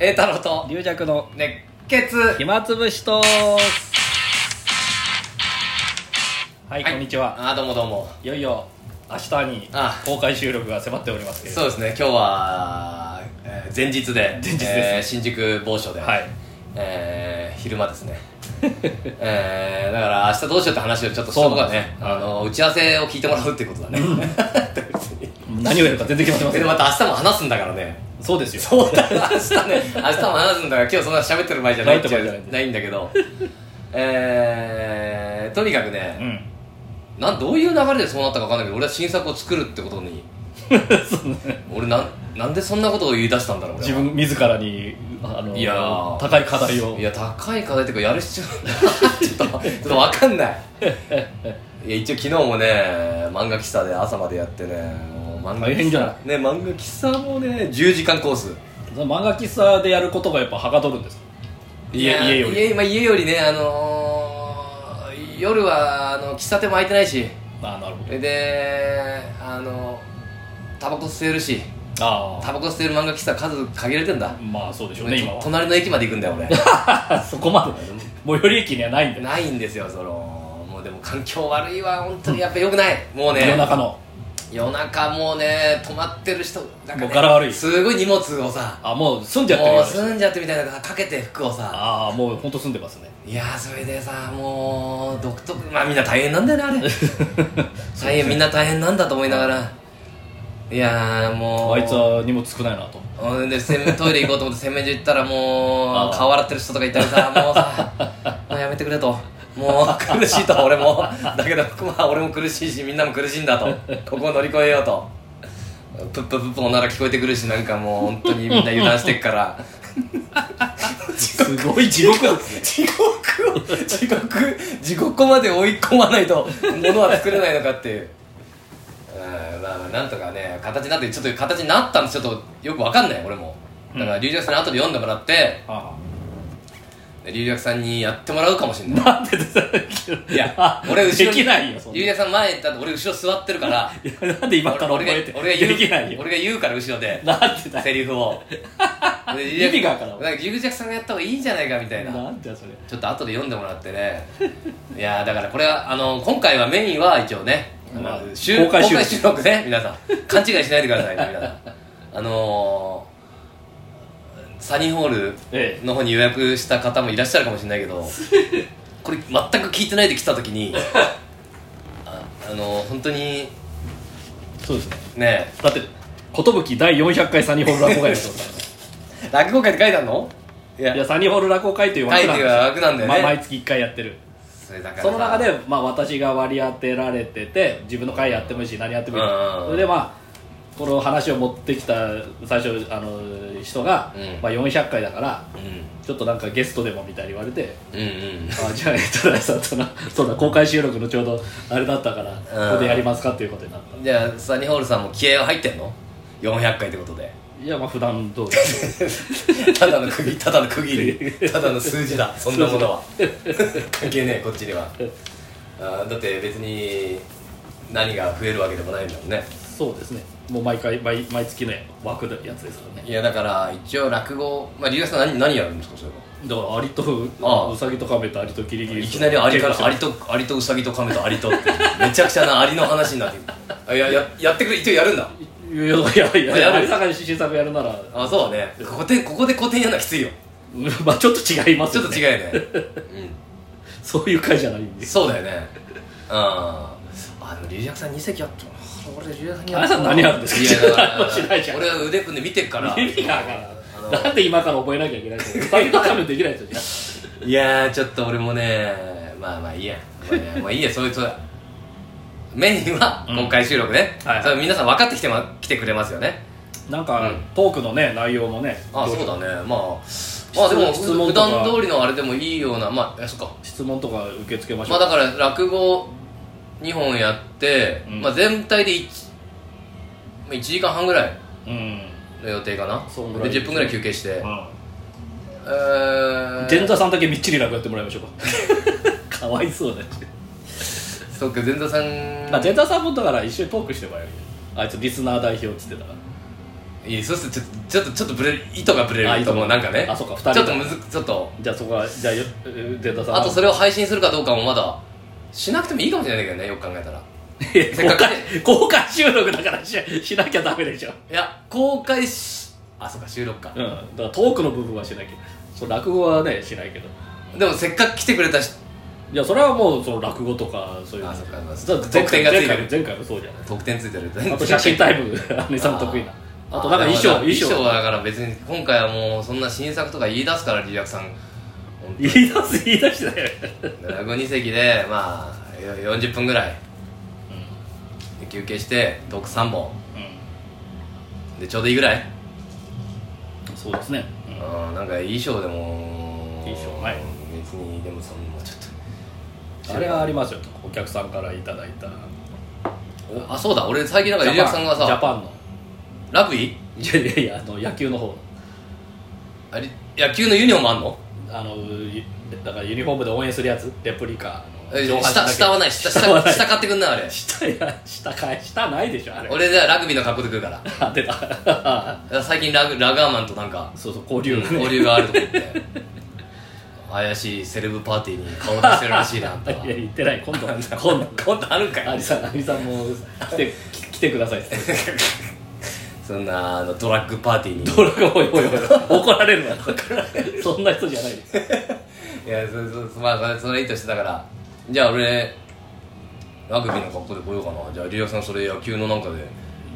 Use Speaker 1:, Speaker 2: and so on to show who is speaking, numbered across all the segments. Speaker 1: 栄太郎と
Speaker 2: 龍尺の
Speaker 1: 熱血
Speaker 2: 暇つぶしとはい、こんにちは
Speaker 1: あーどうもどうも
Speaker 2: いよいよ明日に
Speaker 1: あ
Speaker 2: 公開収録が迫っておりますけれど
Speaker 1: そうですね今日は、えー前日で
Speaker 2: 前日です
Speaker 1: えー新宿某所で、
Speaker 2: はい
Speaker 1: えー昼間ですねえーだから明日どうしようって話をちょっとした方がね
Speaker 2: そうな
Speaker 1: あ
Speaker 2: んです
Speaker 1: の打ち合わせを聞いてもらうってことだね別に
Speaker 2: 何をやるか全然決まってま せ
Speaker 1: で
Speaker 2: ん
Speaker 1: また明日も話すんだからね
Speaker 2: そうですよ
Speaker 1: そうだ明日ね明日も話すんだから今日そんな喋ってる場合じゃないっちゃ
Speaker 2: ないとかじゃない
Speaker 1: ないんだけどえーとにかくね、
Speaker 2: うん
Speaker 1: なんどういう流れでそうなったか分かんないけど俺は新作を作るってことに俺なんなんでそんなことを言い出したんだろう俺
Speaker 2: 自
Speaker 1: は
Speaker 2: 分自らにあの
Speaker 1: いやー
Speaker 2: 高い課題を
Speaker 1: いや高い課題っていうかやる必要ちょっとち ょっと分かんないいや一応昨日もね漫画喫茶で朝までやってねもう漫画喫茶
Speaker 2: 大変じゃ
Speaker 1: ね漫画喫茶もね10時間コース
Speaker 2: その漫画喫茶でやることがやっぱはかどるんですか家
Speaker 1: いや
Speaker 2: 家より
Speaker 1: 家,、まあ、家よりねあのー夜はあの喫茶店も開いてないし
Speaker 2: ああなるほど
Speaker 1: であのタバコ吸えるし
Speaker 2: あ
Speaker 1: タバコ吸ってる漫画喫茶数限られてんだ
Speaker 2: あ、まあそうでしょうね今
Speaker 1: 隣の駅まで行くんだよ
Speaker 2: はそこまで最寄り駅にはないんで
Speaker 1: 俺 ないんですよそのもうでも環境悪いわ本当にやっぱ良くないもうね
Speaker 2: 夜中の
Speaker 1: 夜中もうね泊まってる人なんか、ね、
Speaker 2: もう柄悪い
Speaker 1: すごい荷物をさ
Speaker 2: あもう住んじゃってる
Speaker 1: も
Speaker 2: よ
Speaker 1: う住んじゃってみたいなかけて服をさ
Speaker 2: ああもう本当住んでますね
Speaker 1: いやーそれでさもう独特まあみんな大変なんだよねあれ 大変みんな大変なんだと思いながらいやーもう
Speaker 2: あいつは荷物少ないなと
Speaker 1: うんで洗面トイレ行こうと思って洗面所行ったらも
Speaker 2: あ
Speaker 1: う
Speaker 2: ー
Speaker 1: 顔洗ってる人とかいたりさもう さもうやめてくれともう苦しいと俺もだけど、まあ、俺も苦しいしみんなも苦しいんだとここを乗り越えようとプッププップおなら聞こえてくるしなんかもう本当にみんな油断してっから
Speaker 2: すごい地獄なんです
Speaker 1: 地
Speaker 2: ね
Speaker 1: 獄を地獄地獄まで追い込まないと物は作れないのかっていう。うん まあまあなんとかね形になってちょっと形になったんですちょっとよくわかんない俺もだから龍尺さんに後で読んでもらって
Speaker 2: あ
Speaker 1: で龍尺さんにやってもらうかもしれ
Speaker 2: あ
Speaker 1: な
Speaker 2: なんでです
Speaker 1: いいや俺後ろ
Speaker 2: できないよそんな
Speaker 1: 龍尺さん前だって俺後ろ座ってる から
Speaker 2: いやなんで今から覚
Speaker 1: 俺
Speaker 2: えて
Speaker 1: が俺が
Speaker 2: で
Speaker 1: 言
Speaker 2: き
Speaker 1: う
Speaker 2: ないよ
Speaker 1: 俺が言うから後ろで
Speaker 2: なんでだ
Speaker 1: セ
Speaker 2: よ
Speaker 1: リフをで 龍
Speaker 2: 意味
Speaker 1: 尺
Speaker 2: がわからん
Speaker 1: なんか龍尺さんがやった方がいいんじゃないかみたいな
Speaker 2: なんだよそれ
Speaker 1: ちょっと後で読んでもらってね いやーだからこれはあの今回はメインは一応ね、
Speaker 2: まあ
Speaker 1: あの収公
Speaker 2: 公開
Speaker 1: 開
Speaker 2: 収録
Speaker 1: 収録ね皆さん勘違いしないでくださいね皆さん あのー、サニーホー
Speaker 2: え
Speaker 1: ルの方に予約した方もいらっしゃるかもしれないけどこれ全く聞いてないで来た時に ああのー、本当に
Speaker 2: そうですね
Speaker 1: ね
Speaker 2: だって寿第400回サニーホール落語 会ですよ
Speaker 1: 落語会って書いてあるのいや
Speaker 2: いやサニーホール落語会という枠なんですよ
Speaker 1: 会という枠なんだよね
Speaker 2: まあ毎月1回やってる
Speaker 1: それだからさ
Speaker 2: その中で、まあ、私が割り当てられてて自分の会やってもいいし何やってもいい
Speaker 1: うん
Speaker 2: それでまあこの話を持ってきた最初あの人が、
Speaker 1: うん
Speaker 2: まあ、400回だから
Speaker 1: うん
Speaker 2: ちょっとなんかゲストでもみたいに言われて
Speaker 1: うんうん
Speaker 2: あじゃあ、えっと、さんそのそうだ公開収録のちょうどあれだったから、ここでやりますかっていうことになっ
Speaker 1: じゃあサニーホールさんも気合は入ってんの400回ってことで
Speaker 2: たいやまあ普段通り
Speaker 1: ただの区切ただの区切りただの数字だそんなものは関係ねえこっちに はあーだって別に何が増えるわけでもないんだもんね
Speaker 2: そうですねもう毎回毎毎月の枠のやつですからね
Speaker 1: いやだから一応落語まあ龍谷さん何何やるんですかそれは
Speaker 2: だからアリと
Speaker 1: ああ
Speaker 2: ウサギとカメとアリとキリギリ
Speaker 1: い
Speaker 2: ス
Speaker 1: きなりアリから
Speaker 2: 結構
Speaker 1: アリとアリとウサギとカメとアリとってめちゃくちゃなアリの話になってくるあいやややってくれ一応やるんだ
Speaker 2: いやいやいやい
Speaker 1: やる
Speaker 2: やアリ坂に新作やるなら
Speaker 1: あそうねここでここで古典やんなきついよ
Speaker 2: まあちょっと違います
Speaker 1: ちょ
Speaker 2: よ
Speaker 1: っ
Speaker 2: ね
Speaker 1: と違うよね、 うん
Speaker 2: そういう会じゃないんで
Speaker 1: そうだよ ねうんあでも龍尺さん2席やったな俺龍尺さんに
Speaker 2: あなた何やるんですか
Speaker 1: いやだか
Speaker 2: 知らないじゃ
Speaker 1: ら
Speaker 2: ん
Speaker 1: 俺は腕組んで見てっ から
Speaker 2: 意味がわからん
Speaker 1: あの
Speaker 2: なんで今から覚えなきゃいけないのウサギとカメできないですよ
Speaker 1: いやーちょっと俺もねまあまあいいやまあいいや,、まあ、いいやそういうそうメインは
Speaker 2: うん
Speaker 1: 今回収録ね、
Speaker 2: はいはい
Speaker 1: それ皆さん分かってきて,、ま、来てくれますよね
Speaker 2: なんか、
Speaker 1: うん
Speaker 2: トークのね内容もね
Speaker 1: あそうだねまあまあ
Speaker 2: 質
Speaker 1: で
Speaker 2: 問
Speaker 1: も
Speaker 2: 質問
Speaker 1: 普
Speaker 2: とか
Speaker 1: 段通りのあれでもいいようなまあえそっか
Speaker 2: 質問とか受け付けまし
Speaker 1: ま
Speaker 2: ょ
Speaker 1: あ
Speaker 2: う、
Speaker 1: だから落語2本やって、
Speaker 2: うん
Speaker 1: まあ、全体で 1, 1時間半ぐらい
Speaker 2: うん、
Speaker 1: の予定かな
Speaker 2: そんぐらい
Speaker 1: で10分ぐらい休憩して、
Speaker 2: う
Speaker 1: えー
Speaker 2: ん、前座さんだけみっちり楽やってもらいましょ うかかわいそうだし、
Speaker 1: そっか前座さん
Speaker 2: まあ、前座さんもだから一緒にトークしてもらえるあいつリスナー代表っつってたから
Speaker 1: いいいそしてちょちょっとちょっとブレ糸がブレ
Speaker 2: あ
Speaker 1: る
Speaker 2: 糸
Speaker 1: と
Speaker 2: が
Speaker 1: もうなんかね
Speaker 2: あそうか二人が
Speaker 1: ちょっとむずちょっと
Speaker 2: じゃあそこはじゃあよデータさん
Speaker 1: あとそれを配信するかどうかもまだしなくてもいいかもしれないけどねよく考えたら
Speaker 2: れ
Speaker 1: せっ
Speaker 2: 公
Speaker 1: かくね
Speaker 2: 開公開収録だからししなきゃダメでしょ
Speaker 1: いや公開しあそうか収録か
Speaker 2: うんだからトークの部分はしないけどそう落語はねしないけど
Speaker 1: でもせっかく来てくれたし
Speaker 2: いやそれはもうその落語とかそういうの
Speaker 1: あそっかまあ
Speaker 2: だって前
Speaker 1: 得点
Speaker 2: 回
Speaker 1: がついてる
Speaker 2: 前回も前回もそうじゃない
Speaker 1: 得点ついてる
Speaker 2: あと写真タイム姉さん得意なあとなんか衣装
Speaker 1: 衣
Speaker 2: 衣
Speaker 1: 装
Speaker 2: 装
Speaker 1: はだから別に今回はもうそんな新作とか言い出すからリラクさん本当
Speaker 2: 言い
Speaker 1: に
Speaker 2: 出す言い出してたよ
Speaker 1: ラグ2席でまあよ40分ぐらいで休憩して毒3本でちょうどいいぐらい
Speaker 2: うんそうですねうん
Speaker 1: うんなんか衣装でも
Speaker 2: 衣装はい
Speaker 1: 別にでもそのもうちょっ
Speaker 2: あれはありますよお客さんからいただいた
Speaker 1: とおあそうだ俺最近なんかリラクさんが
Speaker 2: ジャ
Speaker 1: さ
Speaker 2: パンの
Speaker 1: ラグビー
Speaker 2: いやいやいやあの野球の方
Speaker 1: あれ野球のユニフォームあんの
Speaker 2: あのゆだからユニフォームで応援するやつレプリカ
Speaker 1: え
Speaker 2: 上半身だ
Speaker 1: 下
Speaker 2: け
Speaker 1: 下はない下
Speaker 2: はな
Speaker 1: 下
Speaker 2: い
Speaker 1: 下買ってくんないあれ
Speaker 2: 下いや 下かい下ないでしょあれ
Speaker 1: 俺じゃあラグビーの格好で来るから
Speaker 2: あ出た
Speaker 1: 最近ラグラガーマンとなんか
Speaker 2: そうそう交流、ね、
Speaker 1: 交流があると思って怪しいセレブパーティーに顔出してるらしいなあんたはい
Speaker 2: や言って ない今度今度
Speaker 1: 今度あるんか
Speaker 2: ア
Speaker 1: い
Speaker 2: リさんアリさんも来てき来てくださいっつって
Speaker 1: そんなあのドラッグパーティーに
Speaker 2: 登録おいおいおい怒られるわそんな人じゃないです
Speaker 1: いやそそそまあそれそれいいとしてだからじゃあ俺ラグビーの格好で来ようかなじゃあリアさんそれ野球のなんかで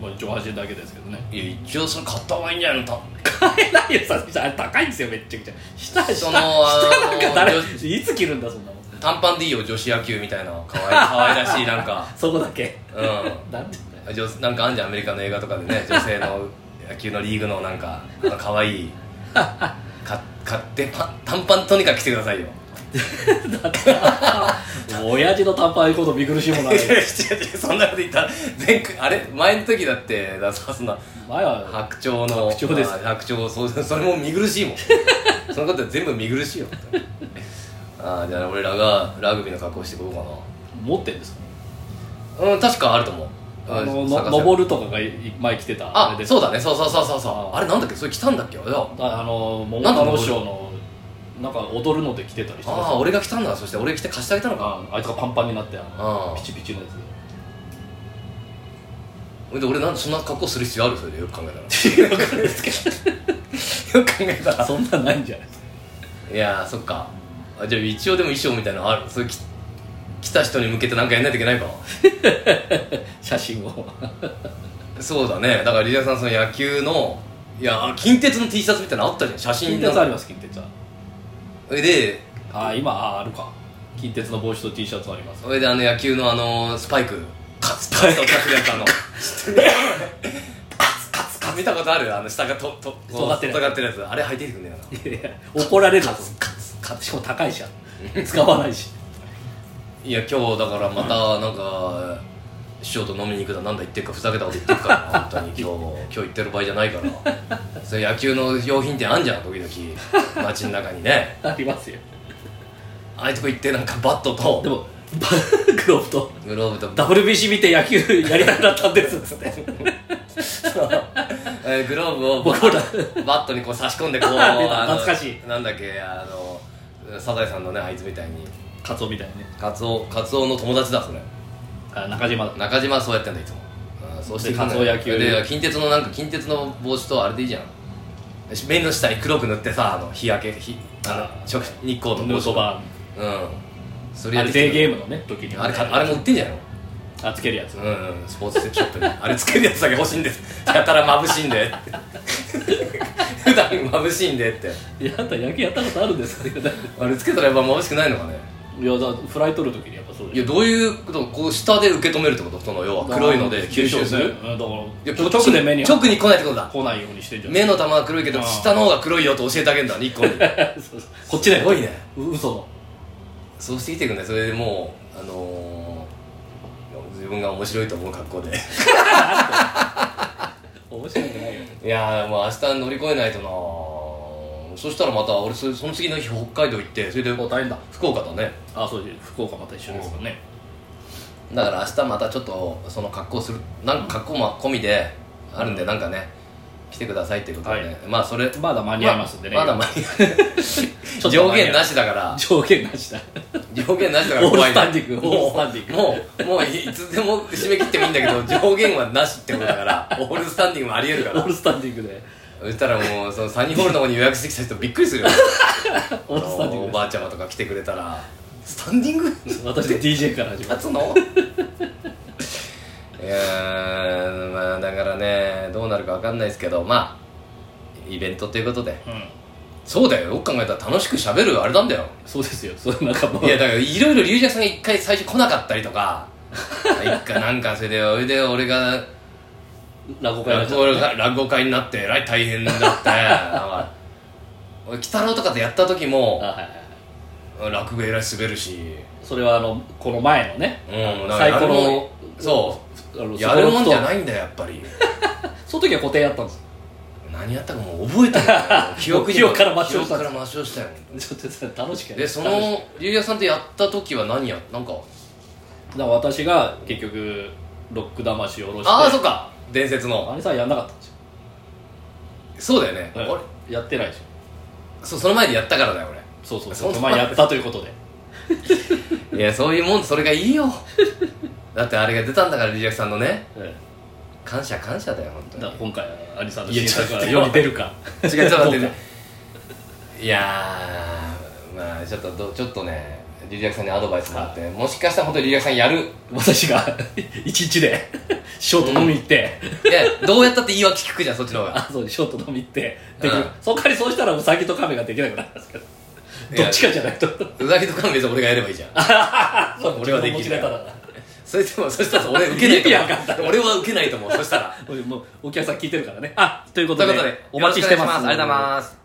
Speaker 2: もう上半身だけですけどね
Speaker 1: いや一応それ買った方がいいんじゃないのた
Speaker 2: 買えないよさすがにあれ高いんですよめっちゃくちゃ下下
Speaker 1: そ
Speaker 2: 下
Speaker 1: の
Speaker 2: なんか
Speaker 1: あ
Speaker 2: 誰
Speaker 1: の
Speaker 2: いつ着るんだそんなもん
Speaker 1: 短パンでいいよ女子野球みたいなかわい可愛らしいなんか
Speaker 2: そこだけ
Speaker 1: う
Speaker 2: なんでだよ
Speaker 1: ん女なんかあんじゃんアメリカの映画とかでね女性の野球のリーグのなんかあの可愛いか買ってパン短パンとにかく着てくださいよ
Speaker 2: 親父の短パン行くこと見苦しいもん
Speaker 1: い
Speaker 2: な
Speaker 1: や違う違うそんなこと言ったら前回あれ前の時だってださそんな
Speaker 2: 前は
Speaker 1: 白鳥の
Speaker 2: 白鳥です
Speaker 1: まあ白鳥そう それも見苦し いもんそのこと全部見苦しいよああじゃあ俺らがラグビーの格好してこよう
Speaker 2: 持ってんですか
Speaker 1: かなうん確かあると思う
Speaker 2: あの
Speaker 1: 探せ
Speaker 2: の
Speaker 1: ば
Speaker 2: 登るとかがい前来てた
Speaker 1: あ
Speaker 2: れです
Speaker 1: そうだねそうそうそうそうそう
Speaker 2: あ
Speaker 1: あれなんだっけそれ来たんだっけあれだ
Speaker 2: ああの桃
Speaker 1: なんで
Speaker 2: 太
Speaker 1: 登
Speaker 2: 郎
Speaker 1: る
Speaker 2: 師匠のなんか踊るので来てたりしてま
Speaker 1: あ
Speaker 2: す
Speaker 1: あ
Speaker 2: よ
Speaker 1: 俺が来たんだそして俺来て貸してあげたのか
Speaker 2: ああいつがパンパンになってあ
Speaker 1: あ
Speaker 2: の
Speaker 1: あ
Speaker 2: ピチピチのやつ
Speaker 1: で俺なんでそんな格好する必要あるそれでよく考え たらよく考えたら
Speaker 2: そんなんないんじゃないですか
Speaker 1: いやーそっかあじゃあ一応でも衣装みたいなのあるそれき来た人に向けてなんかやんないといけないか
Speaker 2: 写真 を
Speaker 1: そうだねだからリリアさんその野球のいやー近鉄の T シャツみたいなのあったじゃん写真
Speaker 2: 近
Speaker 1: の
Speaker 2: 鉄あります近鉄は
Speaker 1: で
Speaker 2: ああ今ああるか近鉄の帽子と T シャツあります
Speaker 1: それであの野球のあのスパイクカツカツとかくやつあのカツカツカツ見たことあるあの下がととこう
Speaker 2: 尖ってる
Speaker 1: 尖ってるやつあれ履いてきてくんだよない
Speaker 2: やいや 怒られるぞしかも高いし使わないし
Speaker 1: いや今日だからまたなんか師匠と飲みに行くだなんだ言ってるかふざけたこと言ってるからな本当に今日 今日言ってる場合じゃないからそれ野球の用品店あんじゃん時々街の中にね
Speaker 2: ありますよ
Speaker 1: ああいうとこ行ってなんかバット
Speaker 2: で
Speaker 1: と
Speaker 2: もバグローブと
Speaker 1: グローブと
Speaker 2: WBC 見て野 球やりたくなったんですっつって
Speaker 1: えーグローブをバ
Speaker 2: 僕ら
Speaker 1: ッバットにこう差し込んでこう
Speaker 2: 出た
Speaker 1: あの
Speaker 2: 懐かしい
Speaker 1: なんだっけあのサザエさんのねあいつみたいに
Speaker 2: カツオみたいにね
Speaker 1: カツオカツオの友達だそれ
Speaker 2: あ中島だ
Speaker 1: 中島はそうやってんだいつもあーそうして
Speaker 2: でカツオ野球
Speaker 1: で近鉄のなんか近鉄の帽子とあれでいいじゃん目の下に黒く塗ってさあの日焼け日あの
Speaker 2: あー
Speaker 1: 直日光の
Speaker 2: ヌ
Speaker 1: 帽
Speaker 2: ー
Speaker 1: 子
Speaker 2: トバ
Speaker 1: うんそ
Speaker 2: ー
Speaker 1: れ
Speaker 2: あ
Speaker 1: やっ
Speaker 2: れ
Speaker 1: てきて
Speaker 2: デーゲームのね時に
Speaker 1: あれかあれも売ってんじゃんよ
Speaker 2: あつけるやつ
Speaker 1: うんうんスポーツセクショップに あれつけるやつだけ欲しいんですやたら眩しいんで 普段眩しいんでって
Speaker 2: いやあんた野球やったことあるんですか いやだ
Speaker 1: あれつけたらやっぱ眩しくないのかね
Speaker 2: フライ取る時にやっぱそう
Speaker 1: いやどういうことこう下で受け止めるってことその要は黒いので吸収する
Speaker 2: うんだから
Speaker 1: いや
Speaker 2: 直で目に
Speaker 1: 直
Speaker 2: 来
Speaker 1: に来ないってことだ
Speaker 2: ないようにしてんじゃん
Speaker 1: 目の玉は黒いけど
Speaker 2: あー
Speaker 1: 下の方が黒いよと教えてあげるんだ日光に
Speaker 2: そうそう こっちだ
Speaker 1: す
Speaker 2: よ
Speaker 1: ごいね
Speaker 2: う嘘の
Speaker 1: そうしてきていくんだよそれでもうあのー、自分が面白いと思う格好 で
Speaker 2: 面白くないよ
Speaker 1: いやーもう明日乗り越えないとなーそしたらまた俺そその次の日北海道行ってそれで
Speaker 2: もう大変だ
Speaker 1: 福岡だね
Speaker 2: あそうです福岡また一緒ですからね
Speaker 1: だから明日またちょっとその格好するなんか格好も込みであるんでなんかね来てくださいっていうことで、
Speaker 2: はい
Speaker 1: まあそれ
Speaker 2: まだ間に合いますんでね
Speaker 1: まあまだ間に合
Speaker 2: と
Speaker 1: う
Speaker 2: 間に合う
Speaker 1: 上限なしだから
Speaker 2: 条件なしだ
Speaker 1: 上限なしだから怖い
Speaker 2: オールスタンディングオールスタンディング
Speaker 1: もうもうもういつでも締め切ってもいいんだけど上限はなしってことだ からオールスタンディングもありえるか
Speaker 2: オ
Speaker 1: ら
Speaker 2: ールスタンディングで
Speaker 1: そしたらもうそのサニーホールの方に予約してきた人びっくりするよ
Speaker 2: オールスタンディン
Speaker 1: お
Speaker 2: グ
Speaker 1: ばあちゃまとか来てくれたらスタンディング
Speaker 2: で私 DJ から始ま
Speaker 1: 立
Speaker 2: る
Speaker 1: つ のいやーまあだからねどうなるかわかんないですけどまあイベントということで
Speaker 2: うん
Speaker 1: そうだよよく考えたら楽しく喋るあれなん だよ
Speaker 2: そうですよそうなんかもう
Speaker 1: いやだからいろいろ龍尺さんが一回最初来なかったりとか一回なんかそれでそれで俺が
Speaker 2: 落語会になっ
Speaker 1: 落
Speaker 2: ちゃっ
Speaker 1: 語が
Speaker 2: た
Speaker 1: 落語会になってえらい大変だって なんか俺鬼太郎とかとやった時も
Speaker 2: あはいはいはい
Speaker 1: 落語えらい滑るし
Speaker 2: それはあのこの前のね
Speaker 1: うん
Speaker 2: サイコロを
Speaker 1: そ
Speaker 2: あの
Speaker 1: うやるもんじゃ
Speaker 2: い
Speaker 1: ないんだよやっぱり
Speaker 2: その時は固定やったんです
Speaker 1: 何やったかもう覚えて ない記憶に
Speaker 2: 記憶から抹消した
Speaker 1: 記憶から抹消したよ
Speaker 2: ちょっとさ楽しくや
Speaker 1: でその龍也さんとやった時は何やなんか
Speaker 2: だから私が結局ロック魂を下ろして
Speaker 1: ああそっか伝説の
Speaker 2: あれさやんなかったんですよ、
Speaker 1: そうだよね、
Speaker 2: はい
Speaker 1: 俺
Speaker 2: やってないでしょ
Speaker 1: そうその前でやったからだよ俺
Speaker 2: そうそう
Speaker 1: そ
Speaker 2: そううまあやったということで
Speaker 1: いやそういうもんそれがいいよ だってあれが出たんだからリジャクさんのね
Speaker 2: え
Speaker 1: 感謝感謝だよ本
Speaker 2: え
Speaker 1: 当
Speaker 2: だから今回はアリさんの
Speaker 1: いや
Speaker 2: 新作
Speaker 1: ちょっ
Speaker 2: が
Speaker 1: と
Speaker 2: 世に出るか
Speaker 1: に違うちょっと待って
Speaker 2: どう
Speaker 1: ねいやーまあちょっとどちょっとねリジャクさんにアドバイスもらって、もしかしたら本当にリジャクさんやる
Speaker 2: か私が 一日でショート飲み行って、
Speaker 1: いやどうやったって言い訳聞くじゃんそっちの方が
Speaker 2: あそうショート飲み行ってできる、
Speaker 1: うん
Speaker 2: そっかりそうしたらウサギとカメができなくなるんですけど
Speaker 1: いや
Speaker 2: どっちかじゃないと
Speaker 1: うさぎとか別に俺がやればいいじゃん
Speaker 2: そう
Speaker 1: 俺はできる
Speaker 2: 持ちネタだから
Speaker 1: それでもそしたら俺受けないと
Speaker 2: 意味わかん
Speaker 1: 思う俺は受けないと思うそしたら
Speaker 2: もうお客さん聞いてるからねあということと
Speaker 1: いう
Speaker 2: で
Speaker 1: ことで
Speaker 2: お待ちしてます
Speaker 1: よろくお願いありがとうございます